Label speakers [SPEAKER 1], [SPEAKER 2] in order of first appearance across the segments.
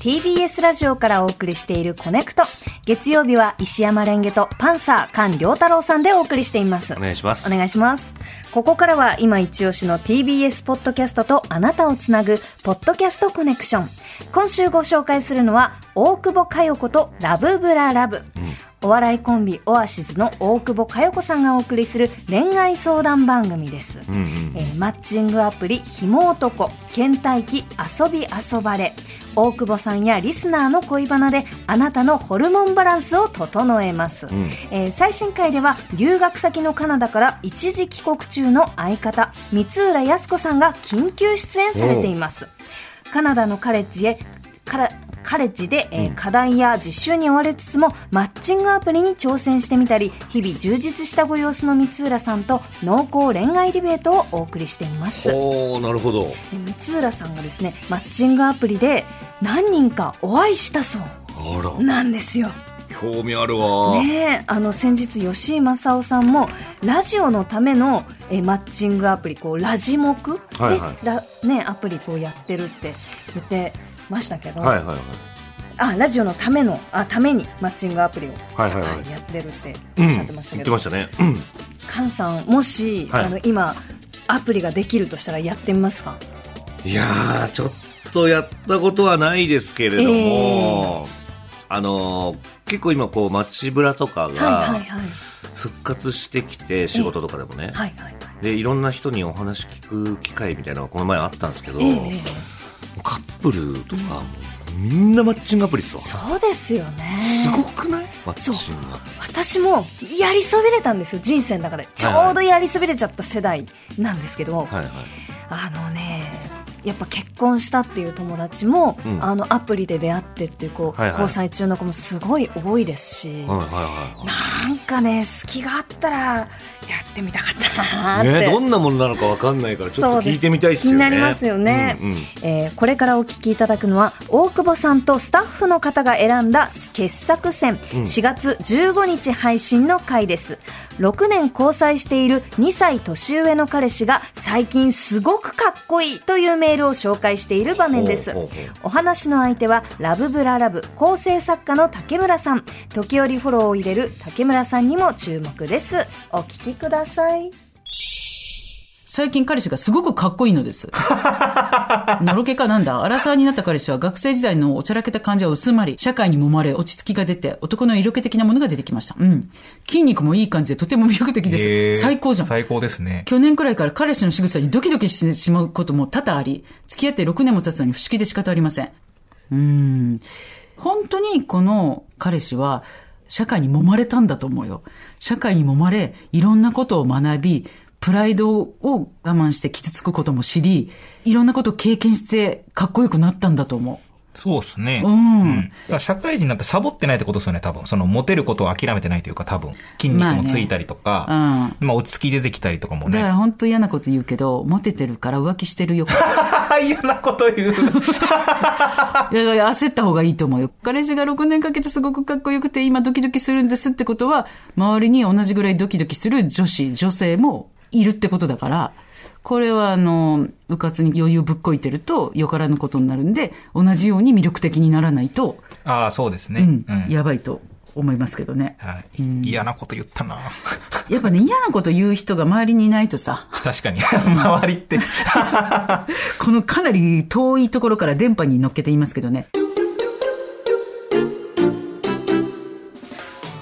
[SPEAKER 1] TBS ラジオからお送りしているコネクト。月曜日は石山レンゲとパンサー菅良太郎さんでお送りしています。
[SPEAKER 2] お願いします
[SPEAKER 1] お願いします。ここからは今一押しの TBS ポッドキャストとあなたをつなぐポッドキャストコネクション。今週ご紹介するのは大久保佳代子とラブブララブ。お笑いコンビオアシズの大久保佳代子さんがお送りする恋愛相談番組です。
[SPEAKER 2] うんうん
[SPEAKER 1] えーマッチングアプリ「ひも男」「倦怠期遊び遊ばれ」大久保さんやリスナーの恋バナであなたのホルモンバランスを整えます、
[SPEAKER 2] ん
[SPEAKER 1] えー最新回では留学先のカナダから一時帰国中の相方三浦靖子さんが緊急出演されていますカナダのカレッジへからカレッジで、えー課題や実習に追われつつもマッチングアプリに挑戦してみたり日々充実したご様子の光浦さんと濃厚恋愛ディベートをお送りしていますで
[SPEAKER 2] おーなるほど
[SPEAKER 1] 光浦さんがですねマッチングアプリで何人かお会いしたそ
[SPEAKER 2] あ
[SPEAKER 1] う
[SPEAKER 2] ら
[SPEAKER 1] なんですよ
[SPEAKER 2] 興味あるわ、
[SPEAKER 1] ねえあの先日吉井正夫さんもラジオのためのえーマッチングアプリこうラジモクで、
[SPEAKER 2] はいは
[SPEAKER 1] ラね、アプリこうやってるって言ってましたけど、
[SPEAKER 2] はいはいはい
[SPEAKER 1] あラジオのためのあためにマッチングアプリを、
[SPEAKER 2] はいはいはい
[SPEAKER 1] やってるって
[SPEAKER 2] う
[SPEAKER 1] お
[SPEAKER 2] ん
[SPEAKER 1] っしゃってましたけ
[SPEAKER 2] 言って
[SPEAKER 1] ど、
[SPEAKER 2] ましたね、うん
[SPEAKER 1] 菅さんもし、
[SPEAKER 2] はい
[SPEAKER 1] あの今アプリができるとしたらやってみますか
[SPEAKER 2] いやー、ちょっとやったことはないですけれども、あのー結構今こう街ブラと
[SPEAKER 1] は
[SPEAKER 2] か
[SPEAKER 1] いはい
[SPEAKER 2] が
[SPEAKER 1] はい
[SPEAKER 2] 復活してきて、仕事とかでもね、
[SPEAKER 1] はいはいはい
[SPEAKER 2] でいろんな人にお話聞く機会みたいなのがこの前あったんですけど、
[SPEAKER 1] ええええ
[SPEAKER 2] カップルとか、みんなマッチングアプリっすわ。す
[SPEAKER 1] そうですよね
[SPEAKER 2] ごくないマッチングアプ
[SPEAKER 1] 私もやりそびれたんですよ人生の中でちょうどやりそびれちゃった世代なんですけど、
[SPEAKER 2] リ。はいはい。
[SPEAKER 1] あのねやっぱ結婚したっていう友達も、
[SPEAKER 2] うん
[SPEAKER 1] あのアプリで出会ってっていうこう、
[SPEAKER 2] はいはい
[SPEAKER 1] 交際中の子もすごい多いですし、
[SPEAKER 2] はいはいは
[SPEAKER 1] なんかね隙があったらやってみたかったなーっ
[SPEAKER 2] い。
[SPEAKER 1] て、
[SPEAKER 2] ね、どんなものなのかわかんないから、ちょっと聞いてみたいです
[SPEAKER 1] そうです気
[SPEAKER 2] よね。
[SPEAKER 1] になりますよね
[SPEAKER 2] うんうん
[SPEAKER 1] えーこれからお聞きいただくのは大久保さんとスタッフの方が選んだ傑作選、
[SPEAKER 2] うん
[SPEAKER 1] 4月15日配信の回です6年交際している2歳年上の彼氏が最近すごくかっこいいというメールを紹介している場面です
[SPEAKER 2] ほうほうほう
[SPEAKER 1] お話の相手はラブブララブ構成作家の竹村さん時折フォローを入れる竹村さんにも注目ですお聞きください
[SPEAKER 3] 最近彼氏がすごくかっこいいの です。のろけかなんだ。アラサーになった彼氏は学生時代のおちゃらけた感じは薄まり、社会に揉まれ、落ち着きが出て、男の色気的なものが出てきました。うん。筋肉もいい感じでとても魅力的
[SPEAKER 4] へ
[SPEAKER 3] で
[SPEAKER 4] ー
[SPEAKER 3] す。最高じゃん。
[SPEAKER 4] 最高ですね。
[SPEAKER 3] 去年くらいから彼氏の仕草にドキドキしてしまうことも多々あり、付き合って6年も経つのに不思議で仕方ありません。うーん。本当にこの彼氏は、社会に揉まれたんだと思うよ。社会に揉まれ、いろんなことを学び、プライドを我慢して傷つくことも知り、いろんなことを経験してかっこよくなったんだと思
[SPEAKER 4] そうですね。
[SPEAKER 3] うん
[SPEAKER 4] だから社会人になってサボってないってことですよね、多分。その、モテることを諦めてないというか、多分。筋肉もついたりとか、
[SPEAKER 3] まあね
[SPEAKER 4] まあ、落ち着き出てきたりとかも
[SPEAKER 3] う。だか
[SPEAKER 4] ね。
[SPEAKER 3] ら本当嫌なこと言うけど、モテてるから浮気してるよ。
[SPEAKER 4] 嫌なこ と言う。
[SPEAKER 3] いやいや焦った方がいいと思うよ。彼氏が6年かけてすごくかっこよくて今ドキドキするんですってことは、周りに同じぐらいドキドキする女子、女性もいるってことだから、これはあの、うかつに余裕ぶっこいてると、よからぬことになるんで、同じように魅力的にならないと、
[SPEAKER 4] ああ、そうですね。
[SPEAKER 3] うん、
[SPEAKER 4] うん
[SPEAKER 3] やばいと思いますけどね。
[SPEAKER 4] はい嫌なこと言ったな。
[SPEAKER 3] やっぱね、嫌なこと言う人が周りにいないとさ、
[SPEAKER 4] 確かに。 周りって。
[SPEAKER 3] このかなり遠いところから電波に乗っけていますけどね。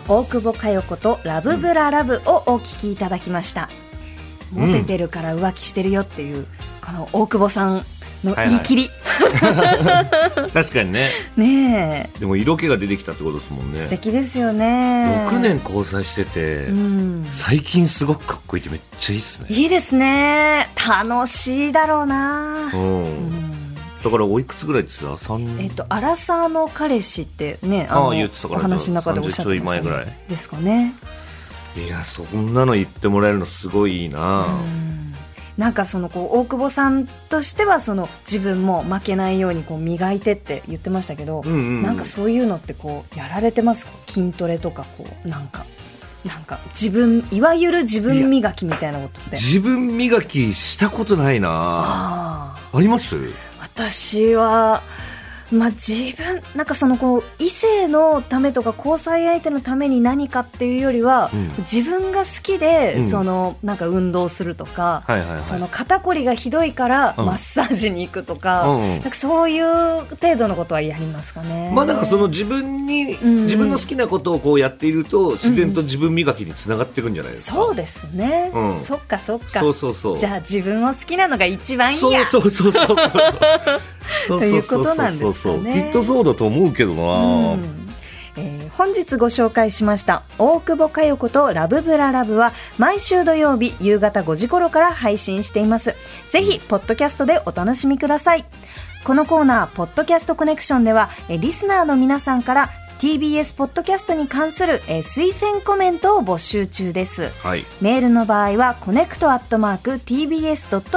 [SPEAKER 1] 大久保佳代子とラブブララブをお聞きいただきました、モテてるから浮気してるよっていうこの大久保さんの言い切り、
[SPEAKER 2] 確かにね。
[SPEAKER 1] ね
[SPEAKER 2] でも色気が出てきたってことですもん
[SPEAKER 1] え
[SPEAKER 2] ね
[SPEAKER 1] 素。敵ですよね
[SPEAKER 2] 6年交際してて、
[SPEAKER 1] うん
[SPEAKER 2] 最近すごくかっこいいってめっちゃいいっすね。
[SPEAKER 1] いいですね楽しいだろうな
[SPEAKER 2] う、。
[SPEAKER 1] うんん
[SPEAKER 2] だからおいくつぐらいですか ?3
[SPEAKER 1] えっと、アラサーの彼氏ってね
[SPEAKER 2] あ
[SPEAKER 1] の
[SPEAKER 2] あ言ってたから
[SPEAKER 1] お話の中でおっしゃってましたね
[SPEAKER 2] 30ちょい前ぐらい
[SPEAKER 1] ですかね
[SPEAKER 2] いや、そんなの言ってもらえるのすごいいいな、
[SPEAKER 1] なんかそのこう大久保さんとしてはその自分も負けないようにこう磨いてって言ってましたけど、
[SPEAKER 2] うんうんうん
[SPEAKER 1] なんかそういうのってこうやられてますか筋トレとかこうなんかなんか自分いわゆる自分磨きみたいなことって
[SPEAKER 2] 自分磨きしたことないなあ
[SPEAKER 1] ああ
[SPEAKER 2] ります
[SPEAKER 1] 私はまあ、自分なんかそのこう異性のためとか交際相手のために何かっていうよりは、
[SPEAKER 2] うん
[SPEAKER 1] 自分が好きで、
[SPEAKER 2] うん
[SPEAKER 1] そのなんか運動するとか、
[SPEAKER 2] はいはいはい
[SPEAKER 1] その肩こりがひどいから
[SPEAKER 2] うん
[SPEAKER 1] マッサージに行くとか,、
[SPEAKER 2] うんうん
[SPEAKER 1] なんかそういう程度のことはやりますかね。
[SPEAKER 2] まあなんかその自分に、
[SPEAKER 1] ん
[SPEAKER 2] 自分の好きなことをこうやっていると自然と自分磨きにつながっていくんじゃないですか、
[SPEAKER 1] そうですね、
[SPEAKER 2] うん
[SPEAKER 1] そっかそっか
[SPEAKER 2] そうそうそう
[SPEAKER 1] じゃあ自分を好きなのが一番いいや
[SPEAKER 2] そうそうそうそうそうそうそうそう
[SPEAKER 1] ということなんですかね
[SPEAKER 2] きっとそうだと思うけどな、
[SPEAKER 1] うんえー本日ご紹介しました大久保佳代子とラブブララブは毎週土曜日夕方5時頃から配信していますぜひポッドキャストでお楽しみくださいこのコーナー「ポッドキャストコネクション」ではえーリスナーの皆さんから TBS ポッドキャストに関するえー推薦コメントを募集中です
[SPEAKER 2] はい
[SPEAKER 1] メールの場合はコネクトアットマーク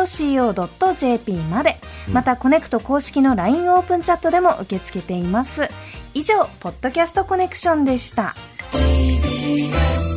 [SPEAKER 1] tbs.co.jp まで、またコネクト公式の LINE オープンチャットでも受け付けています以上「ポッドキャストコネクション」でした
[SPEAKER 5] TBS